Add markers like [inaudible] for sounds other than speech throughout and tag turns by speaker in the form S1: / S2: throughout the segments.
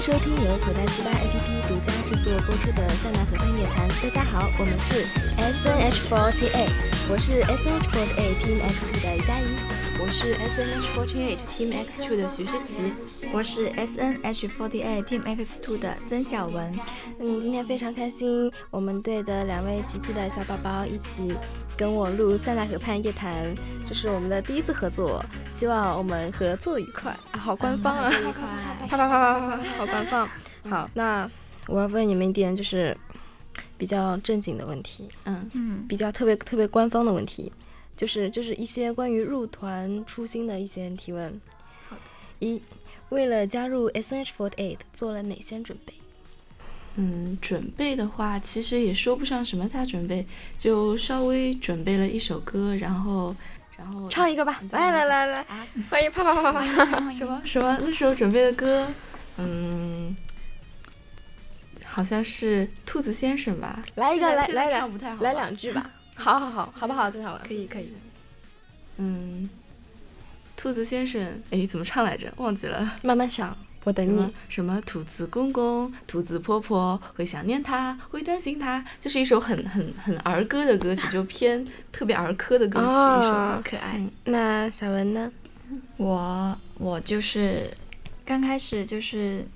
S1: 收听由口袋四八 APP 独家制作播出的《塞纳河畔夜谈》。大家好，我们是 SNH48，我是 SNH48 Team XT 的于佳怡，
S2: 我是 SNH48 Team X2 的徐诗琪，
S3: 我是 SNH48 Team X2 的曾小文。
S1: 嗯，今天非常开心，我们队的两位琪琪的小宝宝一起跟我录《塞纳河畔夜谈》，这是我们的第一次合作，希望我们合作愉快。啊、好官方啊！
S3: 愉快。
S1: 啪啪啪啪啪，好官方。
S2: 嗯
S1: 好，那我要问你们一点就是比较正经的问题，嗯，
S3: 嗯
S1: 比较特别特别官方的问题，就是就是一些关于入团初心的一些提问。
S3: 好的。
S1: 一，为了加入 SNH48 做了哪些准备？
S2: 嗯，准备的话，其实也说不上什么大准备，就稍微准备了一首歌，然后，然后
S1: 唱一个吧，
S2: 对
S1: 来来来来，
S2: 啊，
S1: 欢迎啪啪啪啪啪。
S2: 什么什么那时候准备的歌，嗯，好像是兔子先生吧，
S1: 来一个
S2: 现在
S1: 来
S2: 现在
S1: 来两
S2: 唱不太好啊嗯吧，
S1: 来两句吧。好好好，好不好？曾小文，
S3: 可以可以。
S2: 嗯，兔子先生，哎，怎么唱来着？忘记了。
S1: 慢慢想，我等
S2: 什么
S1: 你。
S2: 什么兔子公公、兔子婆婆会想念他，会担心他，就是一首很很很儿歌的歌曲，就偏特别儿科的歌曲，一首。
S1: 哦，
S3: 可爱。
S1: 那小文呢？
S3: 嗯我我就是刚开始就是，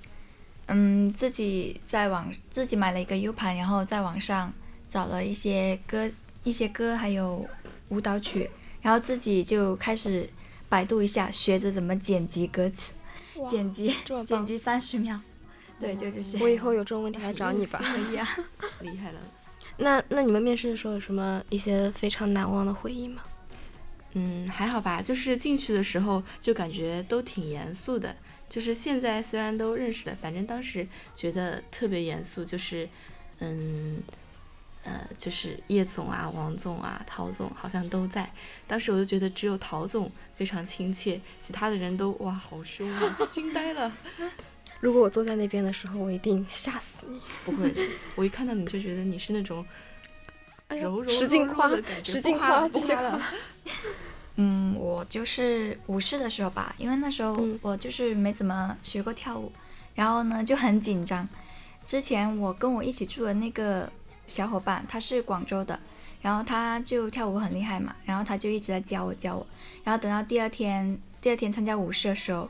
S3: 嗯，自己在网自己买了一个 U 盘，然后在网上找了一些歌、一些歌还有舞蹈曲，然后自己就开始百度一下，学着怎么剪辑歌词，剪辑
S1: 这么棒
S3: 剪辑三十秒，对，就这些。
S1: 我以后有这种问题来找你
S3: [laughs]
S1: 吧。
S3: 可以啊。
S2: 厉害了。
S1: 那那你们面试的时候有什么一些非常难忘的回忆吗？
S2: 嗯，还好吧，就是进去的时候就感觉都挺严肃的，就是现在虽然都认识了，反正当时觉得特别严肃，就是，嗯，呃，就是叶总啊、王总啊、陶总好像都在，当时我就觉得只有陶总非常亲切，其他的人都哇好凶啊， [laughs] 惊呆了。
S1: 如果我坐在那边的时候，我一定吓死你。
S2: 不会的， [laughs] 我一看到你就觉得你是那种
S1: 哎呀
S2: 柔柔
S1: 使劲
S2: 弱弱
S1: 夸
S2: 的感，觉
S1: 使
S2: 不
S1: 劲
S2: 夸了
S1: 夸，
S2: 不
S1: 继续
S2: 夸了。
S3: 嗯，我就是舞室的时候吧，因为那时候
S1: 嗯
S3: 我就是没怎么学过跳舞，然后呢就很紧张。之前我跟我一起住的那个小伙伴，他是广州的，然后他就跳舞很厉害嘛，然后他就一直在教我教我。然后等到第二天，第二天参加舞室的时候，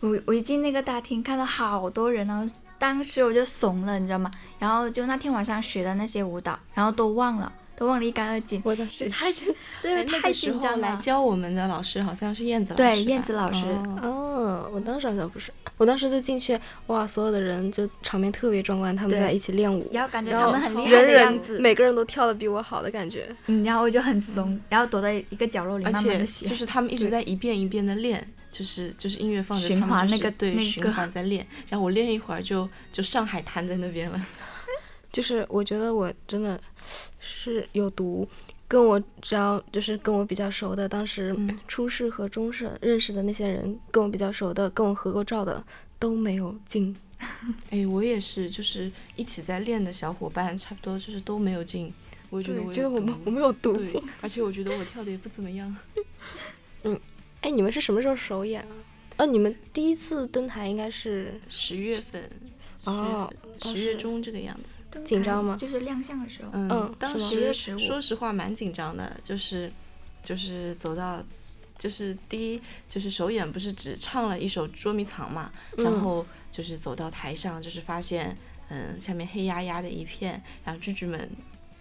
S3: 我我一进那个大厅，看到好多人，然后当时我就怂了，你知道吗？然后就那天晚上学的那些舞蹈，然后都忘了，都忘了一干二净。
S1: 我当时
S3: 太
S1: 是
S3: 对， [laughs]
S2: 哎那
S3: 太
S2: 个时
S3: 紧
S2: 候
S3: 张
S2: 来
S3: 了。
S2: 教我们的老师好像是燕子老师吧，
S3: 对燕子老师
S2: 哦
S1: 哦，我当时好像不是，我当时就进去，哇，所有的人就场面特别壮观，他们
S3: 对
S1: 在一起练舞，
S3: 然后感觉
S1: 然
S3: 他
S1: 后
S3: 们很厉害
S1: 人
S3: 的样
S1: 人
S3: 子，
S1: 每个人都跳的比我好的感觉。
S3: 嗯，然后我就很怂，然后躲在一个角落里
S2: 而
S3: 慢慢
S2: 且
S3: 的学，
S2: 就是他们一直在一遍一遍的练，就是就是音乐放着，
S3: 循
S2: 他们
S3: 环
S2: 就是
S3: 那个
S2: 对
S3: 那个
S2: 循环在练。然后我练一会儿就就上海滩在那边了，
S1: 就是我觉得我真的是有毒，跟我只要就是跟我比较熟的，当时
S2: 嗯
S1: 初试和中试认识的那些人，跟我比较熟的，跟我合过照的都没有进。
S2: 哎，我也是，就是一起在练的小伙伴，差不多就是都没有进。我也觉得我
S1: 觉得
S2: 有
S1: 我们
S2: 毒
S1: 我们有毒。
S2: 对，而且我觉得我跳的也不怎么
S1: [laughs]
S2: 样。
S1: 哎，你们是什么时候首演啊？哦，你们第一次登台应该是
S2: 十月份，
S1: 哦
S2: 十月份
S1: 哦
S2: 十月
S1: 是
S2: 中这个样子。
S3: 对
S1: 紧张吗
S3: 就是亮相的时候，
S1: 嗯
S2: 嗯，当
S1: 是吗
S3: 10
S2: 时
S3: 月15
S2: 说实话蛮紧张的，就是就是走到。就是第一，就是首演不是只唱了一首《捉迷藏》嘛，
S1: 嗯
S2: 然后就是走到台上，就是发现，嗯，下面黑压压的一片，然后猪猪们，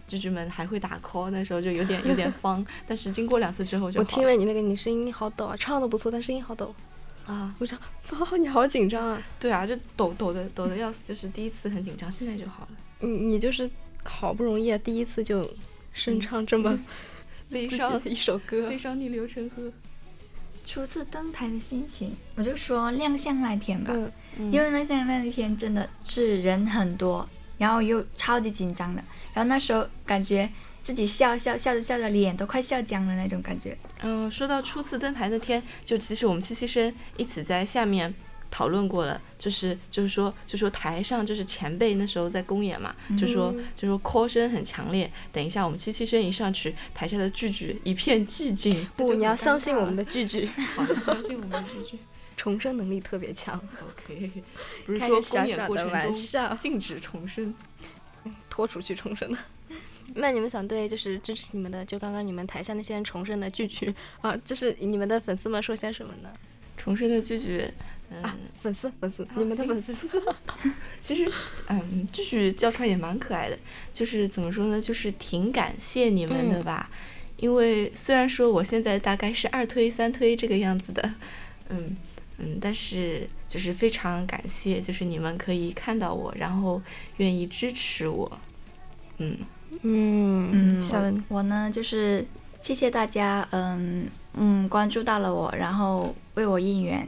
S2: 猪猪们还会打 call，那时候就有点
S1: [laughs]
S2: 有点慌，但是经过两次之后就
S1: 我
S2: 好
S1: 听了你那个，你声音好抖啊，唱的不错，但声音好抖。 [laughs]
S2: 啊，
S1: 我唱，哦，你好紧张啊，
S2: 对啊，就抖抖的抖的要死，就是第一次很紧张，现在就好了。
S1: 你你就是好不容易啊，第一次就
S2: 嗯
S1: 声唱这么
S2: 悲
S1: 自己
S2: 伤
S1: 的一首歌
S2: 悲，伤逆流成河，
S3: 初次登台的心情，我就说亮相那天吧，
S1: 嗯，
S3: 因为亮相那一天真的是人很多，然后又超级紧张的，然后那时候感觉自己笑笑笑着笑着脸都快笑僵了那种感觉，
S2: 嗯，说到初次登台那天，就其实我们七七生一起在下面讨论过了，就是就是说就说台上就是前辈那时候在公演嘛，就说
S1: 嗯
S2: 就说 call 声很强烈，等一下我们七七生一上去，台下的句句一片寂静。
S1: 不，你要相信我们
S2: [laughs] 的，
S1: [laughs] 的句句，
S2: 好的，相信我们的句句。
S1: 重生能力特别强。
S2: OK，不是
S1: 开
S2: 说
S1: 个
S2: 公
S1: 小
S2: 演
S1: 小
S2: 过
S1: 的
S2: 程
S1: 玩
S2: 中
S1: 笑，
S2: 禁止重生。
S1: 拖出去重生的。那你们想对就是支持你们的，就刚刚你们台下那些人重生的剧剧啊，就是你们的粉丝们说些什么呢？
S2: 重生的拒绝，
S1: [laughs]
S2: 嗯，
S1: 啊，粉丝粉丝，
S2: 好
S1: 你们的粉
S2: 行
S1: 丝
S2: [laughs] 其实，嗯，就是叫川也蛮可爱的，就是怎么说呢，就是挺感谢你们
S1: 嗯
S2: 的吧，因为虽然说我现在大概是二推三推这个样子的，嗯嗯，但是就是非常感谢，就是你们可以看到我，然后愿意支持我，嗯，
S1: 嗯
S3: 嗯，我我呢就是谢谢大家，嗯嗯，关注到了我，然后为我应援，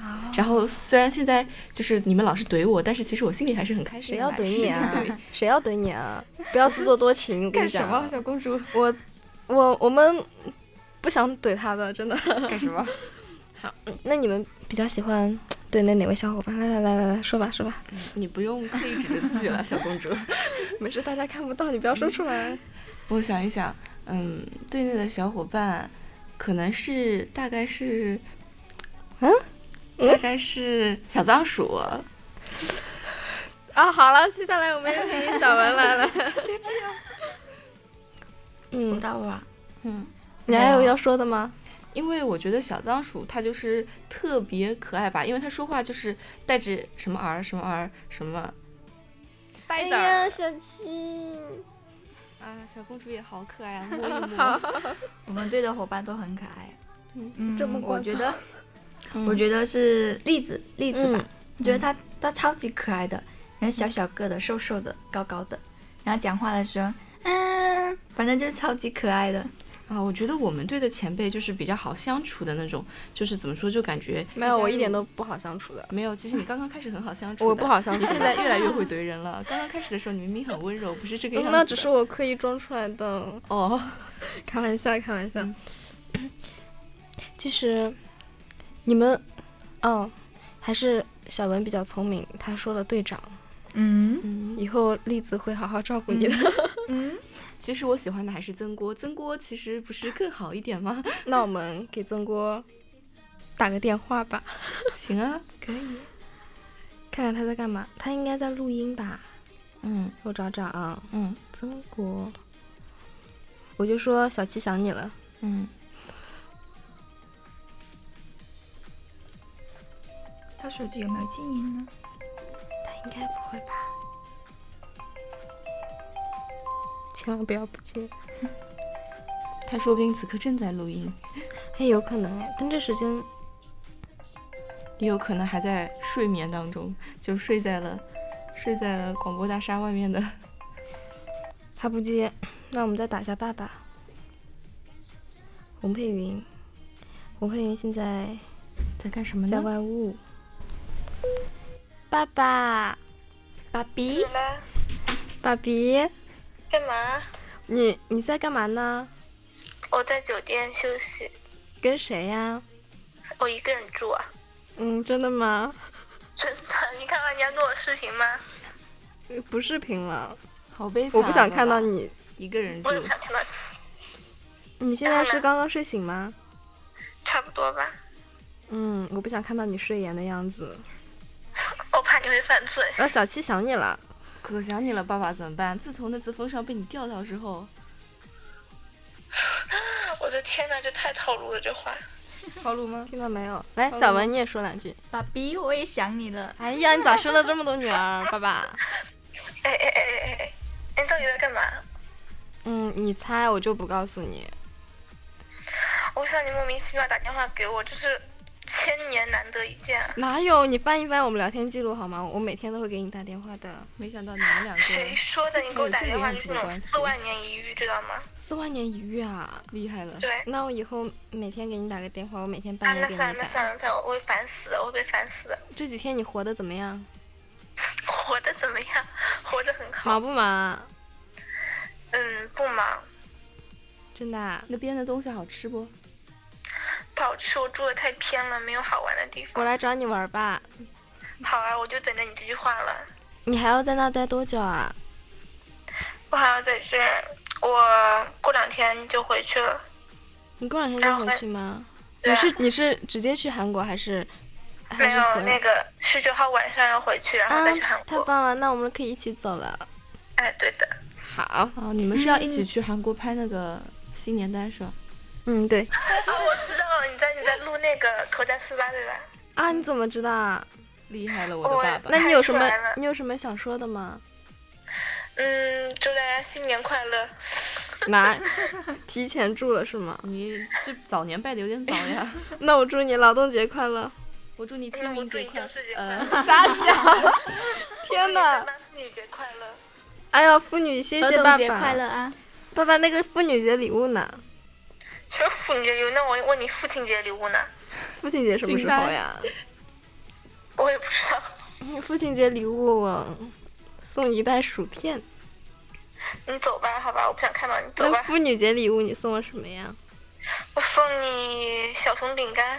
S1: 啊，
S2: 然后虽然现在就是你们老是怼我，但是其实我心里还是很开心
S1: 谁
S2: 的。
S1: 要怼
S2: 是
S1: 你
S2: 的 [laughs]
S1: 啊？谁要怼你啊？不要自作多情，我跟
S2: 干
S1: 你
S2: 什
S1: 讲啊
S2: 么，小公
S1: [laughs]
S2: 主？
S1: 我我我们不想怼他的，真的。 [laughs]
S2: 干什么？
S1: 那你们比较喜欢怼那哪位小伙伴？来来来来来，说吧说吧，
S2: [laughs] 你不用刻意指着自己了，小公主。
S1: 没事，大家看不到，你不要说出来。
S2: 我想一想，嗯，队内的小伙伴，可能是大概是，
S1: 嗯，
S2: 大概是小仓鼠。
S1: 啊，好了，接下来我们有请小文来了。别这样。[laughs]
S3: 不
S1: 嗯，
S3: 到吧？
S2: 嗯，
S1: 你还有要说的吗？
S2: 因为我觉得小仓鼠它就是特别可爱吧，因为它说话就是带着什么儿什么儿什么呆子儿。
S1: 哎小七，
S2: 啊，小公主也好可爱啊，摸
S1: [laughs]
S2: 一摸。
S3: 我们队的伙伴都很可爱。嗯，
S1: 这么官
S3: 我
S1: 方
S3: 觉得，
S2: 嗯
S3: 我觉得是栗子，栗子吧，
S1: 嗯
S3: 我觉得他他超级可爱的，然后小小个的，瘦瘦的，高高的，然后讲话的时候，嗯，反正就是超级可爱的。
S2: 啊，我觉得我们队的前辈就是比较好相处的那种，就是怎么说，就感觉
S1: 没有，
S2: 加
S1: 我
S2: 入
S1: 一点都不好相处的，
S2: 没有。其实你刚刚开始很好相处的，
S1: 我不好相处
S2: 你
S1: 的。嗯
S2: 现在越来越会怼人了。刚刚开始的时候，你明明很温柔，不是这个
S1: 嗯
S2: 样子的。
S1: 那只是我刻意装出来的，
S2: 哦，
S1: 开玩笑，开玩笑。 [coughs] 其实你们，嗯，还是小文比较聪明，他说了队长，
S3: 嗯
S2: 嗯，
S1: 以后栗子会好好照顾你的。
S3: 嗯，
S2: 其实我喜欢的还是曾锅，曾锅其实不是更好一点吗？
S1: [laughs]
S2: [laughs]
S1: 那我们给曾郭打个电话吧。
S2: 行啊，
S3: 可以。
S1: 看看他在干嘛，他应该在录音吧？
S2: 嗯
S1: 我找找啊，
S2: 嗯
S1: 曾国，我就说小七想你了，
S2: 嗯，
S3: 他手机有没有静音呢？
S1: 他应该不会吧？千万不要不接，
S2: 他说不定此刻正在录音，
S1: 哎，有可能哎，但这时间
S2: 也有可能还在睡眠当中，就睡在了睡在了广播大厦外面的。
S1: 他不接， [clears throat] 那我们再打一下爸爸。文佩云，文佩云现在
S2: 在干什
S1: [laughs]
S2: 么
S1: 在？外务。嗯爸爸，
S3: 爸比，
S4: 啦，
S1: 爸比，
S4: 干嘛？
S1: 你你在干嘛呢？
S4: 我在酒店休息，
S1: 跟谁呀、
S4: 我一个人住啊。
S1: 嗯，真的吗？
S4: 真的，你看完你要跟我视频吗？
S1: 不视频了，
S2: 好悲惨，啊
S1: 我不想看到你。
S2: 一个人住
S4: 我。也不想看到你，
S1: 你现在是刚刚睡醒吗？
S4: 差不多吧。
S1: 嗯，我不想看到你睡颜的样子。
S4: 我怕你会犯罪。
S1: 然后啊小七想你了，
S2: 可想你了，爸爸怎么办？自从那次风扇被你钓到之后，
S4: 我的天哪，这太套路了，这话。
S2: 套路吗？
S1: 听到没有？来，
S2: 好
S1: 小文你也说两句。
S3: 爸比，我也想你了。
S1: [laughs] 哎呀，你咋生了这么多女儿， [laughs] 爸爸？
S4: 哎哎哎哎哎哎，你到底在干嘛？
S1: 嗯，你猜我就不告诉你。
S4: 我想你莫名其妙打电话给我，这是千年难得一见啊。
S1: 哪有？你翻一翻我们聊天记录好吗？我每天都会给你打电话的。
S2: 没想到你们两个
S4: 谁说的？你给我打电话
S2: 有
S4: 就
S2: 这
S4: 是
S2: 个
S4: 那
S2: 样子的关
S4: 种
S2: 系
S4: 四万年一遇，知道吗？
S1: 四万年一遇啊！
S2: 厉害了。
S4: 对。
S1: 那我以后每天给你打个电话，我每天
S4: 啊，
S1: 半夜
S4: 那
S1: 给你
S4: 算了，那
S1: 打。
S4: 算了，算了，我会烦死的，我会被烦死的。
S1: 这几天你活得怎么样？
S4: 活得怎么样？ [laughs] 活得很好。
S1: 忙不忙啊？
S4: 嗯，不忙。
S1: 真的啊？
S2: 那边的东西好吃不？
S4: 不好吃，我住的太偏了，没有好玩的地
S1: 我
S4: 方。
S1: 来找你玩吧。
S4: 好啊，我就等着你这句话了。
S1: 你还要在那待多久啊？
S4: 我还要在这儿，我过两天就回去了。
S1: 你过两天就回去吗？
S4: 啊
S1: 你是你是直接去韩国还是？还
S4: 没
S1: 是
S4: 有
S1: 回
S4: 那个十九号晚上要回去，然后
S1: 啊
S4: 再去韩，
S1: 太
S4: 国。
S1: 棒了，那我们可以一起走了。
S4: 哎，对的，
S1: 好，
S2: 哦，你们是要一起去韩国拍那个新年单是吧？
S1: 嗯，对
S4: 啊，我知道了，你在你在录那个口袋四八对吧？
S1: 啊，你怎么知道啊？
S2: 厉害了我的爸爸！
S1: 那你有什么
S4: 看出来了
S1: 你有什么想说的
S4: [laughs]
S1: 吗？
S4: 嗯，祝大家新年快乐。
S1: 拿提前住了是吗？
S2: 你这早年拜的有点早呀。
S1: 那我祝你劳动节快乐。
S2: 我祝你清
S4: 那我
S2: 明
S4: 祝
S2: 节
S4: 你
S2: 快
S4: 教
S2: 乐
S4: 师节！快乐。
S1: [laughs]
S2: 呃，
S1: 瞎
S4: [laughs]
S1: 讲！天
S4: 哪
S1: 哪！！
S4: 妇女节快乐！
S1: 哎呀，妇女谢
S3: 儿
S1: 谢
S3: 童
S1: 爸
S3: 节快
S1: 爸，
S3: 乐啊！
S1: 爸爸那个妇女节礼物呢？
S4: 什么妇女节礼物？那我问你父亲节礼物呢？
S1: 父亲节什么时候呀？
S4: 我也不知道。
S1: 父亲节礼物我送一袋薯片。
S4: 你走吧，好吧，我不想看到你，走
S1: 那
S4: 吧。
S1: 妇女节礼物你送我什么呀？
S4: 我送你小熊饼干。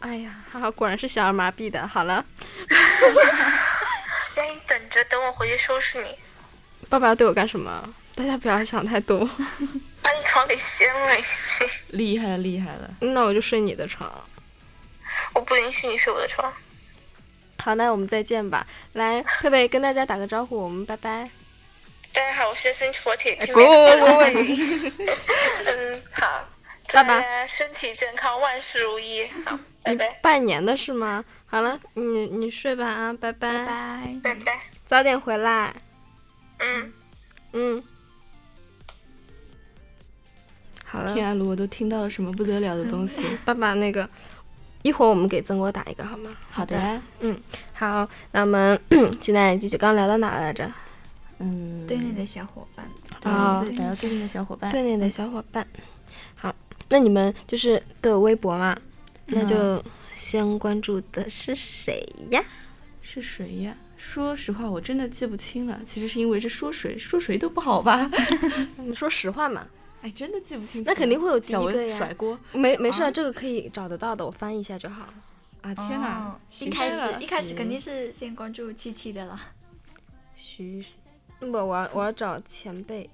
S1: 哎呀，哈哈，果然是小儿麻痹的。好了，
S4: 让你等着，等我回去收拾你，
S1: 爸爸要对我干什么？大家不要想太多。 [laughs]
S4: 把你 [laughs] 床给掀了。
S2: [laughs] 厉害了厉害了！
S1: 那我就睡你的床。
S4: 我不允许你睡我的床。
S1: 好，那我们再见吧。来，佩佩跟大家打个招呼，我们拜拜。
S4: 大家好，我是 S H 佛铁。
S1: 滚滚哎滚滚！
S4: [laughs] 嗯，好，祝
S1: 爸
S4: 大
S1: 爸嗯
S4: 家身体健康，万事如意。好，拜
S1: 你
S4: 拜，
S1: 拜年的是吗？好了，你你睡吧啊，拜拜，
S3: 拜拜。
S4: 拜拜。
S1: 早点回来。
S4: 嗯，
S1: 嗯，好了，
S2: 天啊，卢，我都听到了什么不得了的东西？
S1: 爸爸那个，一会儿我们给曾国打一个好吗？
S2: 好的呀，
S1: 好，那我们 [clears throat] 现在继续，刚聊到哪儿来着？
S2: 嗯，
S3: 对内的小伙伴，
S2: 对
S1: 啊
S2: 对来到对面的小伙伴，
S1: 对你的小伙伴。好，那你们就是都有微博吗？
S2: 嗯
S1: 那就先关注的是谁呀？
S2: 是谁呀？说实话，我真的记不清了。其实是因为这说谁说谁都不好吧？
S1: 你说实话嘛，
S2: [laughs] 哎，真的记不清楚了。
S1: 那肯定会有第
S2: 小
S1: 一个
S2: 文
S1: 呀
S2: 甩。锅
S1: 没没事儿，
S2: 啊
S1: 这个可以找得到的，我翻译一下就好。
S2: 啊！天哪
S3: 哦，
S2: 徐
S3: 一开
S2: 帅了
S3: 始一开始肯定是先关注七七的啦。
S1: 徐，不，我要我要找前辈。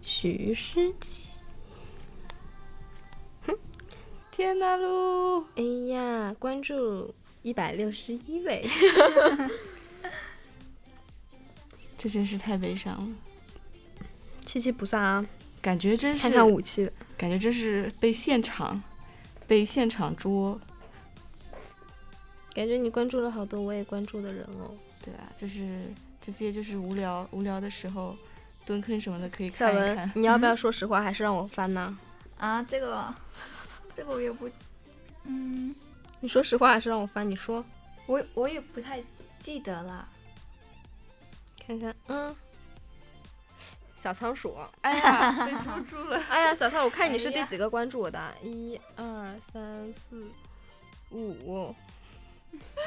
S1: 徐诗琪，
S2: 天哪，卢，
S1: 哎呀，关注一百六十一位，
S2: 这真是太悲伤了。
S1: 七七不算啊，
S2: 感觉真是
S1: 看，看武器的。
S2: 感觉真是被现场，被现场捉。
S1: 感觉你关注了好多我也关注的人哦。
S2: 对啊，就是直接就是无聊无聊的时候，蹲坑什么的可以
S1: 小
S2: 看一
S1: 文
S2: 看，。嗯
S1: 你要不要说实话，还是让我翻呢？
S3: 啊，这个这个我也不，嗯，
S1: 你说实话还是让我翻？你说，
S3: 我我也不太记得了。
S1: 看看，嗯，小仓鼠。
S2: 哎呀，被捉住了。
S1: 哎呀，小蔡，我看你是
S3: 哎
S1: 第
S3: 呀
S1: 几个关注我的啊？一二三四 [laughs] 五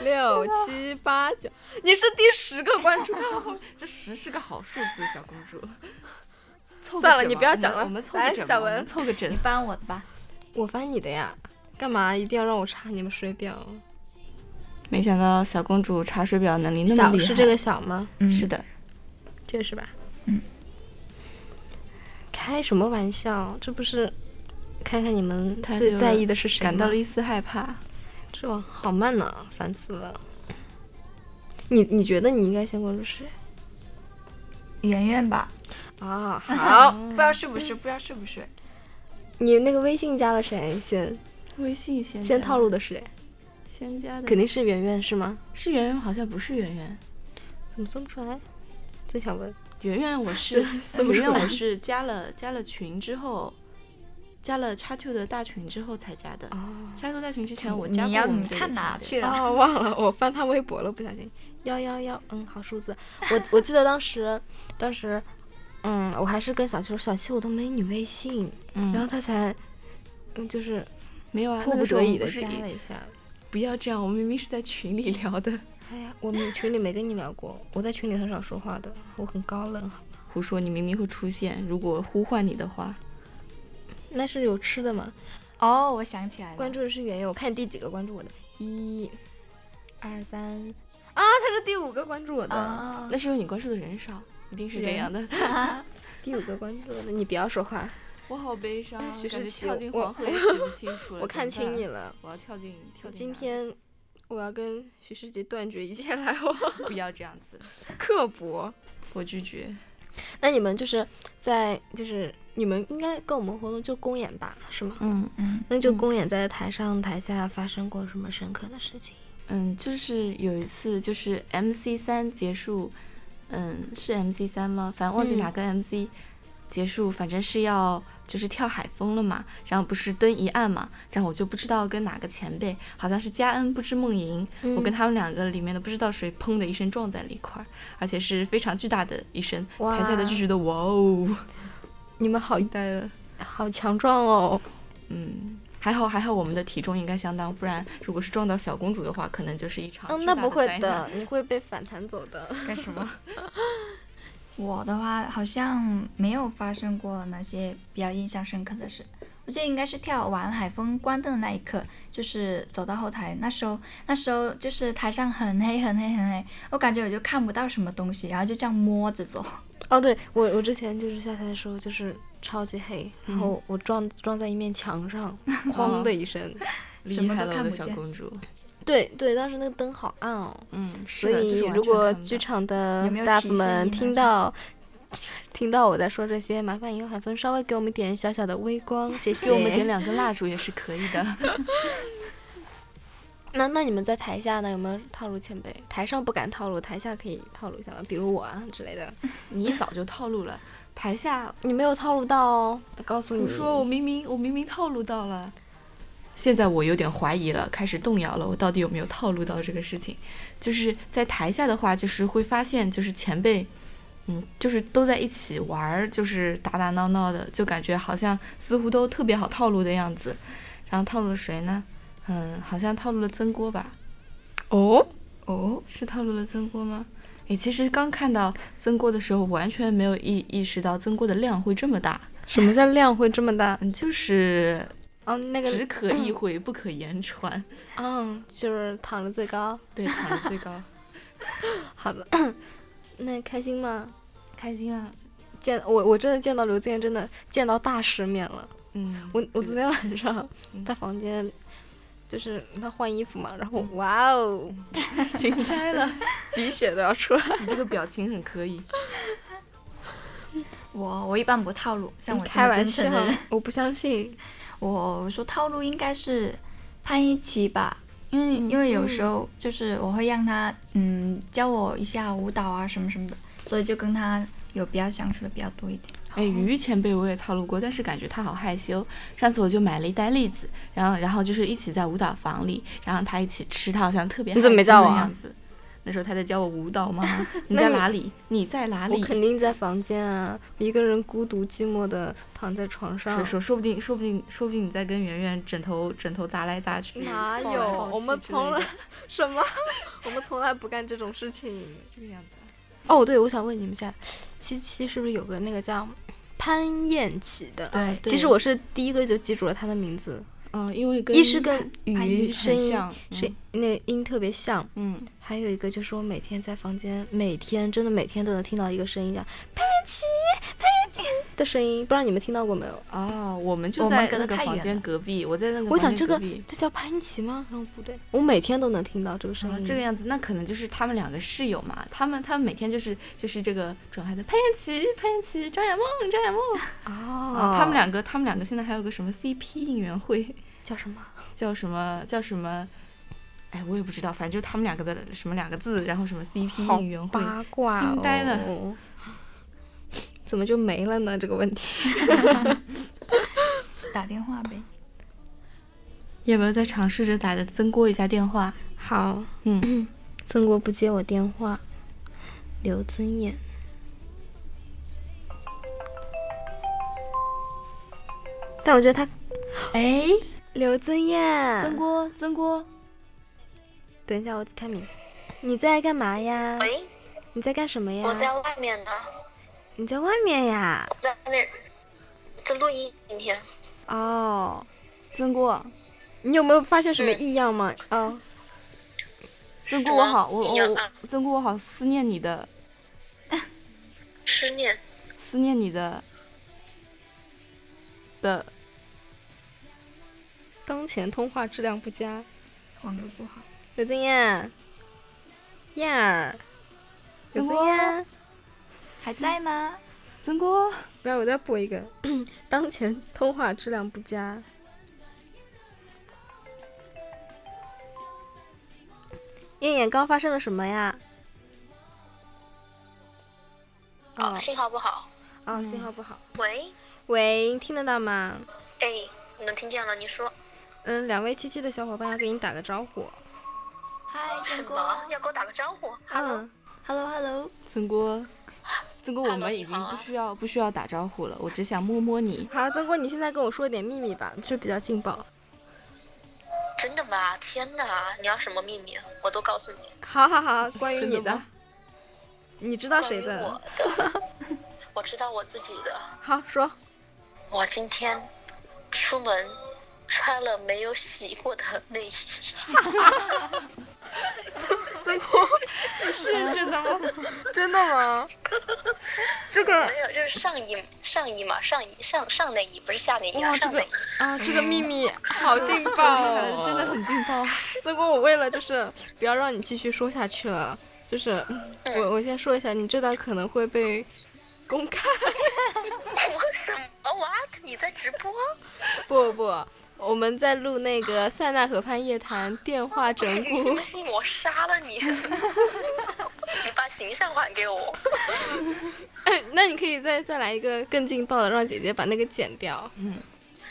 S1: 六七八九，你是第十个关注。
S2: 这十是个好数字，小公主。凑
S1: [laughs]
S2: 个
S1: 算了，
S2: 整
S1: 你
S2: 吧
S1: 不要
S2: 我们
S1: 讲了，
S2: 我们凑
S1: 来，
S2: 个整吧，
S1: 小
S2: 我们
S1: 文，
S2: 凑个整
S3: 你。帮我的吧，
S1: 我翻你的呀，干嘛一定要让我查你们水表？
S2: 没想到小公主查水表能力那么
S1: 小
S2: 厉害。
S1: 是这个小吗？
S3: 嗯
S2: 是的，
S1: 这个是吧？
S3: 嗯。
S1: 开什么玩笑？这不是看看你们
S2: 太
S1: 最
S2: 丢
S1: 在
S2: 了
S1: 意的是谁
S2: 感到
S1: 吗
S2: 了一丝害怕。
S1: 这网好慢呐、烦死了。你你觉得你应该先关注谁？
S3: 圆圆吧，
S1: 啊，好，
S3: 不知道是不是，不知道是不是。
S1: [laughs] 你那个微信加了谁先？
S2: 微信先
S1: 先
S2: 加
S1: 套路的是谁？
S2: 先加的，
S1: 肯定是圆圆是吗？
S2: 是圆圆，好像不是圆圆。
S1: 怎么算不出来？真想问，
S2: 圆圆我是圆圆我是加了加了群之后，加了叉 two 的大群之后才加的。
S1: 哦
S2: 叉 two 大群之前我加
S3: 你
S2: 过
S3: 要
S2: 我们
S3: 你
S2: 队的
S3: 看
S2: 群
S3: 哪
S2: 的哦
S3: 去了？
S1: [laughs] 啊，忘了，我翻他微博了，不小心。幺幺幺，嗯，好数字。我我记得当时，当时，嗯，我还是跟小七说，小七我都没你微信，然
S2: 嗯，
S1: 后他才，嗯，就是
S2: 没有啊，
S1: 迫
S2: 那
S1: 不
S2: 个时
S1: 得
S2: 候我
S1: 已
S2: 们
S1: 的
S2: 不是
S1: 加
S2: 一
S1: 了一下。
S2: 不要这样，我们明明是在群里聊的。
S1: 哎呀，我们群里没跟你聊过，我在群里很少说话的，我很高冷。
S2: 胡说，你明明会出现，如果呼唤你的话。
S1: 那是有吃的吗？
S3: 哦，我想起来了，
S1: 关注的是圆圆，我看你第几个关注我的？一、二、三。啊，他是第五个关注我的，
S3: 哦，
S2: 那是因为你关注的人少，一定是这样的。
S1: 第五个关注我的，你不要说话。
S2: 我好悲伤，
S1: 哎徐
S2: 感
S1: 世
S2: 觉
S1: 奇
S2: 跳进
S1: 我
S2: 黄河也洗不清楚了。
S1: 我看
S2: 怎么
S1: 清
S2: 办
S1: 你，了，
S2: 我要跳进跳
S1: 今
S2: 进哪
S1: 天我要跟徐世杰断绝一切 [laughs] 来往，
S2: 不要这样子，
S1: 刻薄。
S2: 我拒绝。
S1: [laughs] 那你们就是在就是你们应该跟我们活动就公演吧，是吗？
S2: 嗯
S3: 嗯，
S1: 那就公演在台上台下发生过什么深刻的事情？
S2: 嗯，就是有一次就是 MC 三结束，嗯，是 MC 三吗？反正忘记
S1: 嗯
S2: 哪个 MC、结束，反正是要就是跳海风了嘛，然后不是灯一暗嘛，然后我就不知道跟哪个前辈，好像是佳恩不知梦莹，
S1: 嗯
S2: 我跟他们两个里面的不知道谁砰的一声撞在了一块儿，而且是非常巨大的一声，
S1: 哇
S2: 台下的就觉得哇哦，
S1: 你们好
S2: 惊呆了。
S1: 好强壮哦，
S2: 嗯，还好还好，我们的体重应该相当，不然如果是撞到小公主的话，可能就是一场
S1: 嗯，
S2: 巨
S1: 那
S2: 大
S1: 不会
S2: 灾难
S1: 的，你会被反弹走的。
S2: 干什么？
S3: 我的话好像没有发生过哪些比较印象深刻的事。我记得应该是跳完海风关灯的那一刻，就是走到后台，那时候那时候就是台上很黑很黑很黑，我感觉我就看不到什么东西，然后就这样摸着走。
S1: [laughs]
S3: [laughs]
S1: 哦，对我我之前就是下台的时候就是超级黑，然
S2: 嗯
S1: 后我撞撞在一面墙
S2: [laughs]
S1: 上，
S2: 哦
S1: 哐的一声。
S3: 什
S2: 厉
S3: 么
S2: 害
S3: 都
S2: 了，我
S3: 看
S2: 的
S3: 不
S2: 小
S3: 见
S2: 公主。
S1: 对对，当时那个灯好暗哦，
S2: 嗯，
S1: 所
S2: 是的，这
S1: 以
S2: 是完
S1: 如
S2: 全
S1: 果
S2: 看不
S1: 剧
S2: 到
S1: 场的
S3: 有没有
S1: staff
S3: 提示
S1: 们
S3: 音呢
S1: 听到。听到我在说这些，麻烦以后海峰稍微给我们点小小的微光，谢谢。
S2: 给我们点两根蜡烛也是可以的。
S1: 那那你们在台下呢，有没有套路前辈？台上不敢套路，台下可以套路一下吗？比如我啊之类的。
S2: 你一早就套路了，台下
S1: 你没有套路到哦，我告诉你。
S2: 我说我明明我明明套路到了，现在我有点怀疑了，开始动摇了，我到底有没有套路到这个事情？就是在台下的话，就是会发现就是前辈。嗯，就是都在一起玩儿，就是打打闹闹的，就感觉好像似乎都特别好套路的样子。然后套路了谁呢？嗯，好像套路了曾锅吧。
S1: 哦，
S3: 哦，
S2: 是套路了曾锅吗？诶，其实刚看到曾锅的时候，完全没有意意识到曾锅的量会这么大，
S1: 什么叫量会这么大？
S2: 嗯，就是
S1: 哦，那个
S2: 只可意会不可言传，
S1: 嗯，就是躺着最高。
S2: [laughs] 对，躺得最高，
S1: 好的， [coughs] 那开心吗？
S2: 开心啊，
S1: 见我我真的见到刘健，真的见到大世面了。
S2: 嗯，
S1: 我我昨天晚上
S2: 嗯
S1: 在房间，就是他换衣服嘛，然
S3: 嗯
S1: 后哇哦，
S2: [laughs] 惊呆了，
S1: 鼻血都要出来。
S2: 你这个表情很可以，
S3: 我我一般不套路，像我这
S1: 开
S3: 么
S1: 玩
S3: 真
S1: 笑
S3: 诚的人，，
S1: 我不相信。
S3: 我我说套路应该是潘一奇吧，因为、
S1: 嗯
S3: 因为有时候就是我会让他嗯教我一下舞蹈啊什么什么的，所以就跟他有比较相处的比较多一点。
S2: 哎，鱼前辈我也套路过，但是感觉他好害羞。上次我就买了一袋栗子，然后然后就是一起在舞蹈房里，然后他一起吃，他好像特别
S1: 你怎么没
S2: 害羞
S1: 叫
S2: 的
S1: 我啊
S2: 样子。那时候他在教我舞蹈吗？
S1: [laughs]
S2: 你
S1: 那
S2: 在
S1: 你
S2: 哪里？你在哪
S1: 我
S2: 里？
S1: 肯定在房间啊，一个人孤独寂寞的躺在床
S2: 所以
S1: 上。
S2: 说，说不定，说不定，说不定你在跟圆圆枕头枕头砸来砸去，
S1: 哪
S2: 抱
S1: 有
S2: 来抱？去
S1: 我们
S2: 之
S1: 从
S2: 类
S1: 来
S2: 的
S1: [laughs] 什么？我们从来不干这种事情。
S2: [laughs] 这个样子。啊
S1: 哦，对，我想问你们一下，七七是不是有个那个叫潘燕琪的？
S3: 对，
S1: 其实我是第一个就记住了她的名字，
S2: 嗯，因为跟
S1: 一是跟
S3: 潘
S1: 鱼
S3: 越
S2: 鱼
S1: 声音
S2: 像，
S1: 是那个音特别像，
S2: 嗯，
S1: 还有一个就是我每天在房间，每天真的每天都能听到一个声音叫佩奇
S2: [laughs]
S1: 佩奇的声音，不知道你们听到过没有？
S2: 嗯哦，我们就
S3: 我们
S2: 在
S3: 隔
S2: 那
S3: 得
S2: 个
S3: 太
S2: 房
S3: 远
S2: 间
S3: 了
S2: 隔壁，我在那个
S1: 我
S2: 房
S1: 想
S2: 间
S1: 这
S2: 隔
S1: 个
S2: 壁。
S1: 这叫潘琪吗？然后不对，我每天都能听到这个声
S2: 啊
S1: 音。，
S2: 这个样子，那可能就是他们两个室友嘛，他们他们每天就是就是这个状态的潘玮琪、潘玮琪、张雅梦、张雅梦、
S1: 哦
S2: 啊，，他们两个他们两个现在还有个什么 CP 应援会，
S1: 叫什么？
S2: 叫什么叫什么？哎，我也不知道，反正就他们两个的什么两个字，然后什么 CP 应援会，
S1: 八卦、哦，
S2: 惊呆了，
S1: 怎么就没了呢？这个问题。
S3: 打电话呗。
S2: 要不要再尝试着打着曾锅一下电话？
S1: 好，
S2: 嗯，
S1: [clears throat] 曾国不接我电话，刘增艳。但我觉得他
S3: 哎，
S1: 刘增艳，
S2: 曾锅，曾锅，
S1: 等一下，我开门。你在干嘛呀？
S4: 喂，
S1: 你在干什么呀？
S4: 我在外面呢，
S1: 你在外面呀？
S4: 在外面这录音今天。
S1: 哦，
S2: 曾锅，
S1: 你有没有发现什么
S4: 嗯
S1: 异样吗？哦，
S2: 曾
S4: 什
S2: 锅，
S4: 么
S2: 我好，我
S4: 一样
S2: 我
S4: 啊
S2: 我曾锅，我好思念你的，
S4: 失恋，
S2: 思念你的的
S1: 当前通话质量不佳，
S3: 网络不好。
S1: 刘增艳，燕儿，刘增
S3: 曾国
S1: 艳，
S3: 还在吗？
S1: 曾国，来，我再播一个， [clears throat] 当前通话质量不佳。燕燕，刚发生了什么呀？哦
S4: 哦，信号不好。
S1: 哦，信号不好。
S4: 喂，
S1: 喂，听得到吗？
S4: 哎，我能听见了，你说
S1: 嗯，两位七七的小伙伴要给你打个招呼。
S3: 嗨，
S4: 什
S3: 陈哥
S4: 么？要给我打个招呼？Hello，、
S1: 嗯，
S3: ，Hello Hello，
S2: 曾哥，曾哥，我
S4: Hello，
S2: 们
S4: 你
S2: 已经
S4: 好啊
S2: 不需要不需要打招呼了，我只想摸摸你。
S1: 好，曾国，你现在跟我说点秘密吧，这比较劲爆。
S4: 真的吗？天哪，你要什么秘密？我都告诉你。
S1: 好好好，关于
S2: 真
S1: 你
S2: 的
S1: 的
S2: 吗，
S1: 你知道谁
S4: 关于
S1: 的
S4: 我？的，我知道我自己的。
S1: 好说。
S4: 我今天出门穿了没有洗过的
S1: [laughs]
S4: 内衣，
S1: 是 [laughs] 真的
S2: [laughs]
S1: 吗？真的吗？ [laughs] 这个
S4: 没有，就是上衣上衣嘛，上衣上上内衣，不是下内衣啊，
S1: 哇，这
S4: 上
S1: 个
S4: 内衣。 [laughs]
S1: 啊，这个秘密好劲爆哦！
S2: 真的很劲爆。
S1: 曾国，我为了就是不要让你继续说下去了，就是我我先说一下，你这段可能会被公开。 [laughs]
S4: 我什么？What？你在直
S1: [laughs]
S4: 播？
S1: 不不，我们在录那个塞纳河畔夜谈电话整
S4: [laughs] 你
S1: 蛊
S4: 不。信我杀了
S1: [laughs]
S4: 你！ [laughs] 你把形象还给我。
S1: 哎， [laughs] 那你可以再再来一个更劲爆的，让姐姐把那个剪掉。嗯，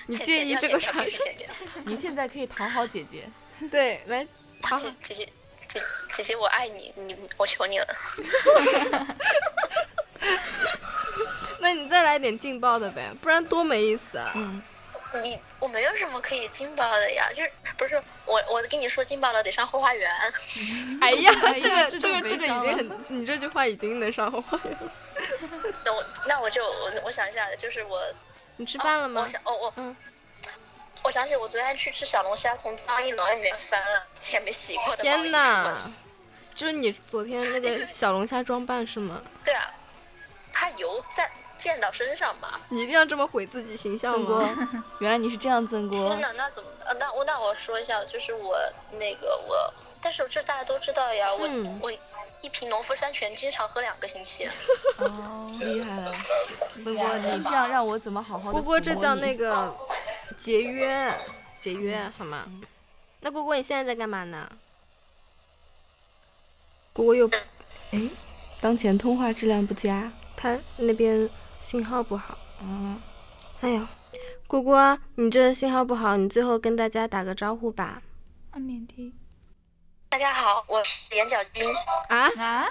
S1: 你
S4: 剪
S1: 介
S4: 剪
S1: 意
S4: 掉
S1: 这 [laughs] 个
S4: 剪
S1: 啥
S4: 掉？必须剪掉。
S2: 你现在可以讨好姐姐，
S1: 对，来，好，
S4: 姐姐姐姐姐姐，我爱你，你我求你了。
S1: 那你再来点劲爆的呗，不然多没意思啊。
S2: 嗯
S4: 你我没有什么可以劲爆的呀，就是不是我我跟你说劲爆了得上后花园。
S1: 哎呀，
S2: [laughs] 哎呀
S1: 这个
S2: 这
S1: 这
S2: 种
S1: 个
S2: 悲
S1: 这个已
S2: 伤
S1: 经很，你这句话已经能上话了。
S4: 那我那我就我我想一下，就是我
S1: 你吃饭了
S4: 哦
S1: 吗
S4: 我？想哦我
S1: 嗯
S4: 我想起我昨天去吃小龙虾，从苍蝇笼里面翻了，也没洗过的毛
S1: 天
S4: 衣出门
S1: 哪，就是你昨天那个小龙虾装扮是吗？
S4: 对啊，怕油溅溅到身上嘛。
S1: 你一定要这么毁自己形象
S2: 曾哥
S1: 吗？，
S2: 原来你是这样，曾哥
S1: 哦
S4: 天。哪，那怎么？呃那我那我说一下，就是我那个我，但是这大家都知道呀，我、
S1: 嗯
S4: 我一瓶农夫山泉经常喝两个星期。
S3: 哦，
S2: 厉害了，曾哥，你这样让我怎么好好的？
S1: 波波，这叫那个节约，节约好吗？那波波，你现在在干嘛呢？波波又
S3: 哎，
S2: 当前通话质量不佳
S1: 他那边信号不好。
S2: 啊。
S1: 哎呦，郭郭，你这信号不好，你最后跟大家打个招呼吧。
S3: 按免提
S4: 大家好，我是眼角君。
S1: 啊
S3: 啊，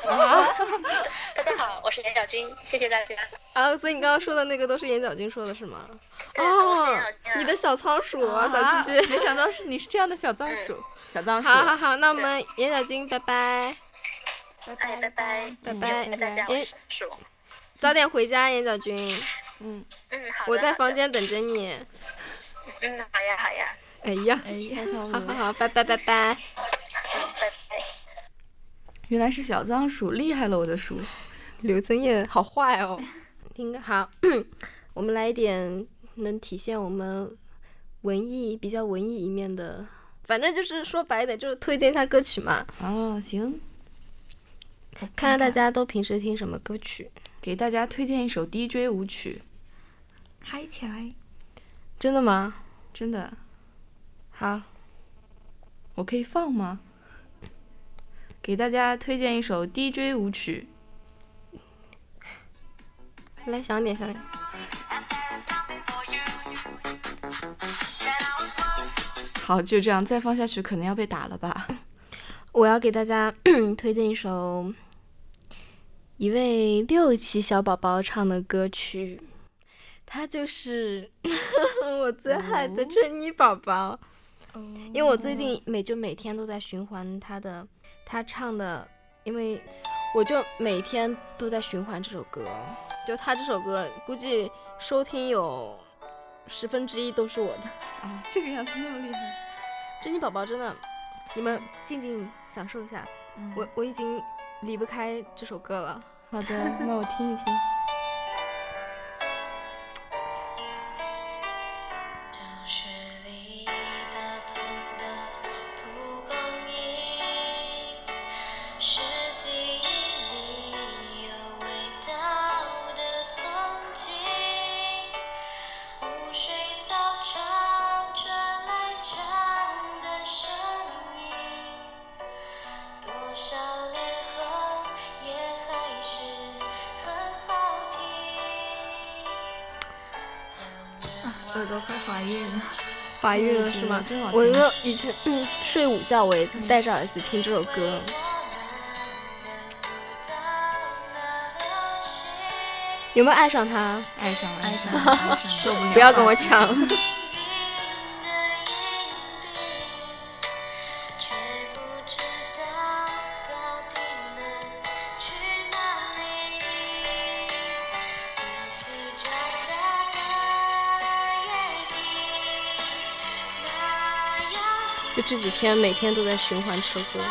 S4: 大家好，我是眼角君，谢谢大家。
S1: 啊！所以你刚刚说的那个都是眼角君说的是吗？
S4: 对我是
S1: 哦
S4: 眼角君啊，
S1: 你的小仓鼠啊，小
S2: 啊
S1: 七七。
S2: 没想到是你是这样的小藏
S4: 嗯
S2: 鼠，小藏鼠。
S1: [laughs] 好好好，那我们眼角君拜拜，
S4: 哎，拜拜，
S1: 拜拜
S4: 大家，我
S1: 哎
S4: 是鼠。
S1: 早点回家，眼角君，
S2: 嗯，
S4: 嗯，好的。
S1: 我在
S4: 好的
S1: 房。间等着你。
S4: 嗯，好呀，好呀，
S1: 哎呀，
S3: 哎呀，
S1: 好好好，拜拜拜拜。
S4: 拜拜。
S2: 原来是小藏鼠，厉害了我的鼠。
S1: 刘增艳
S2: 好坏哦，
S1: 听个好， [clears throat] 我们来一点能体现我们文艺比较文艺一面的，反正就是说白一点，就是推荐一下歌曲嘛，
S2: [laughs] 哦，行，
S1: 看看大家都平时听什么歌曲。
S2: 给大家推荐一首 DJ 舞曲，
S3: 嗨起来，
S1: 真的吗？
S2: 真的，
S1: 好，
S2: 我可以放吗？给大家推荐一首 DJ 舞曲，
S1: 来想点想点。
S2: 好，就这样，再放下去可能要被打了 [laughs] 吧。
S1: 我要给大家 [clears throat] 推荐一首一位六期小宝宝唱的歌曲，他就是 [laughs] 我最爱的珍妮宝宝。因为我最近每就每天都在循环他的他唱的，因为我就每天都在循环这首歌，就他这首歌估计收听有十分之一都是我的。
S2: 啊，这个样子那么厉害，
S1: 珍妮宝宝真的，你们静静享受一下。我我已经离不开这首歌了。
S2: 好的，那我听一听。
S3: 的都快怀孕了。
S1: 怀孕了
S2: 觉
S1: 是
S2: 得
S1: 吗
S2: 真好？
S1: 我
S2: 听
S1: 说以前嗯睡午觉我也戴着耳机听这首歌，有没有爱上他？
S2: 爱上了，
S3: 爱上了，爱上了。
S1: 不要跟我抢。就这几天每天都在循环这首歌。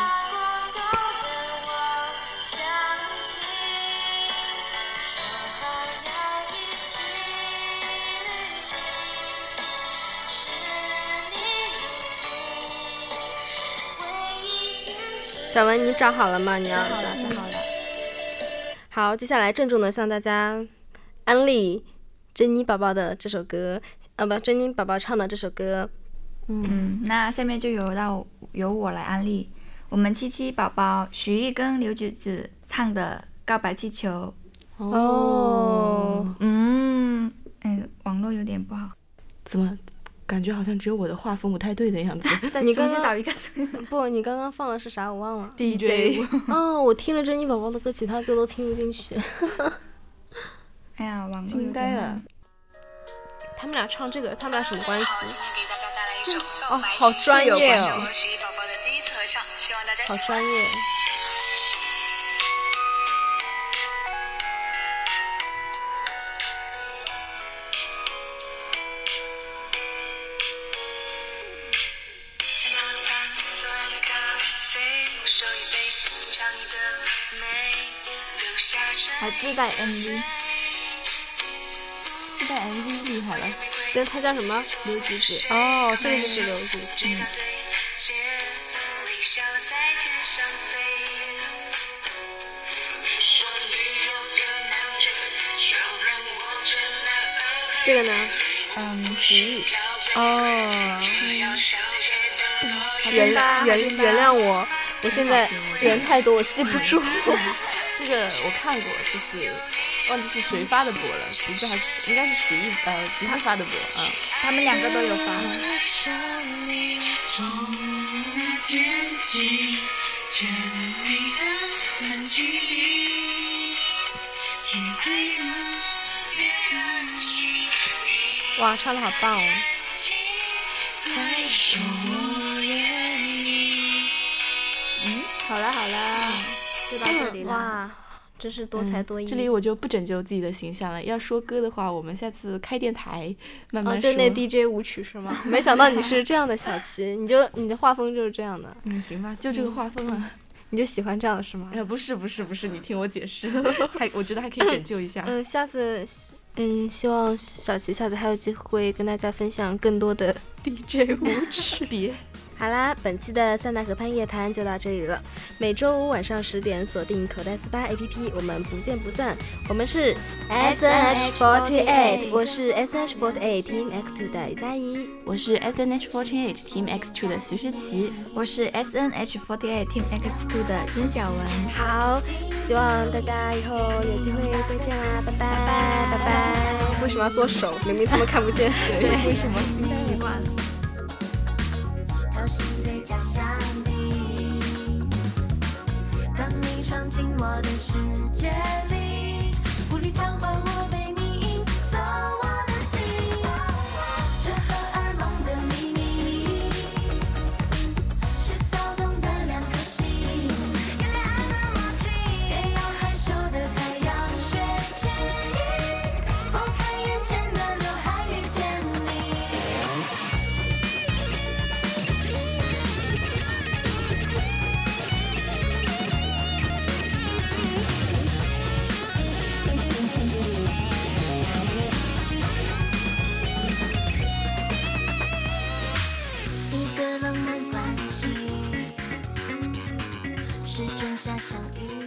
S1: 小文，你找好了吗？你要
S3: 嗯好了，
S1: 的。
S3: 正好了。
S1: 好，接下来郑重的向大家安利珍妮宝宝的这首歌，呃，不，珍妮宝宝唱的这首歌。
S3: 嗯，那下面就由到由我来安利我们七七宝宝徐艺跟刘菊子唱的《告白气球》。
S1: 哦，
S3: 嗯，嗯，网络有点不 [laughs] 好，
S2: 怎么感觉好像只有我的画风不太对的样子？
S3: 再
S1: 你
S3: 重
S1: 刚
S3: 新
S1: 刚
S3: 找一 [laughs] 个。
S1: 不，你刚刚放的是啥？我忘了
S3: DJ。
S1: 哦，我听了珍妮宝宝的歌，其他歌都听不进去。
S3: [laughs] 哎呀，网络有
S2: 惊呆
S3: 点
S2: 了
S3: 慢。。
S1: 他们俩唱这个，他们俩什么关系
S5: 今？天给大家带来一首
S1: 哦
S5: 告白，
S1: 好 [laughs] 专业
S2: [laughs]
S5: 是我
S1: 哦，
S5: 和徐艺宝宝的第一次合唱，希望大家喜
S1: 好
S5: 欢。
S1: 专业。
S5: 在马路旁，昨晚的咖啡，我手一杯，尝你的美，留下
S3: 还
S5: 这
S3: 自带 MV，
S2: 自带 MV 厉害了，
S1: 对，他叫什么？刘菊子。哦，这个就是刘菊子。
S5: 追到对街，微笑在天上飞。你说你有个男人，就让我知难而退。
S1: 这个呢？
S3: 嗯，徐艺，
S1: 哦，
S5: 小姐的落叶
S1: 原
S3: 吧
S1: 谅
S3: 好
S1: 原
S3: 听吧
S1: 原谅我，我现在人太多，我记不住。 [laughs]
S2: 这个我看过，就是忘记是谁发的博了，橘子还是应该是徐艺呃橘子发的博啊。
S3: 他们两个都有发。
S1: 哇，唱的好棒哦！
S3: 好了好了，
S1: 嗯
S3: 就到这里了。
S1: 哇，嗯真是多才多艺。
S2: 嗯这里我就不拯救自己的形象了。要说歌的话，我们下次开电台慢
S1: 哦，
S2: 慢说。
S1: 就那 DJ 舞曲是吗？没想到你是这样的小齐，你就你的画风就是这样的，
S2: 嗯，行吧，就这个画风啊了。
S1: 你就喜欢这样的是吗？
S2: 呃，不是不是不是，你听我解 [laughs] 释，还我觉得还可以拯救一下。
S1: 嗯，下次嗯，希望小齐下次还有机会跟大家分享更多的 DJ 舞曲。
S2: 别，
S1: 好啦，本期的塞纳河畔夜谈就到这里了。每周五晚上十点，锁定口袋四八 APP，我们不见不散。我们是 S N H forty eight，我是 S N H forty eight Team X 的李佳怡。
S2: 我是 S N H Forty Eight Team X Two 的徐诗琪，
S3: 我是 S N H 4 8 Team X Two 的金小文，
S1: 好，希望大家以后有机会再见啦，拜拜拜拜。为什么要做手？明明他们看不 [laughs] 见。
S2: 为什么今天
S3: 习惯了。
S6: 头型再加上你。当你闯进我的世界里，雾里贪欢，我被你引走我的心，这荷尔蒙的秘密，是骚动的两颗心。别让害羞的太阳学迟疑，拨开眼前的刘海，遇见你。一个浪漫关系，是仲夏相遇。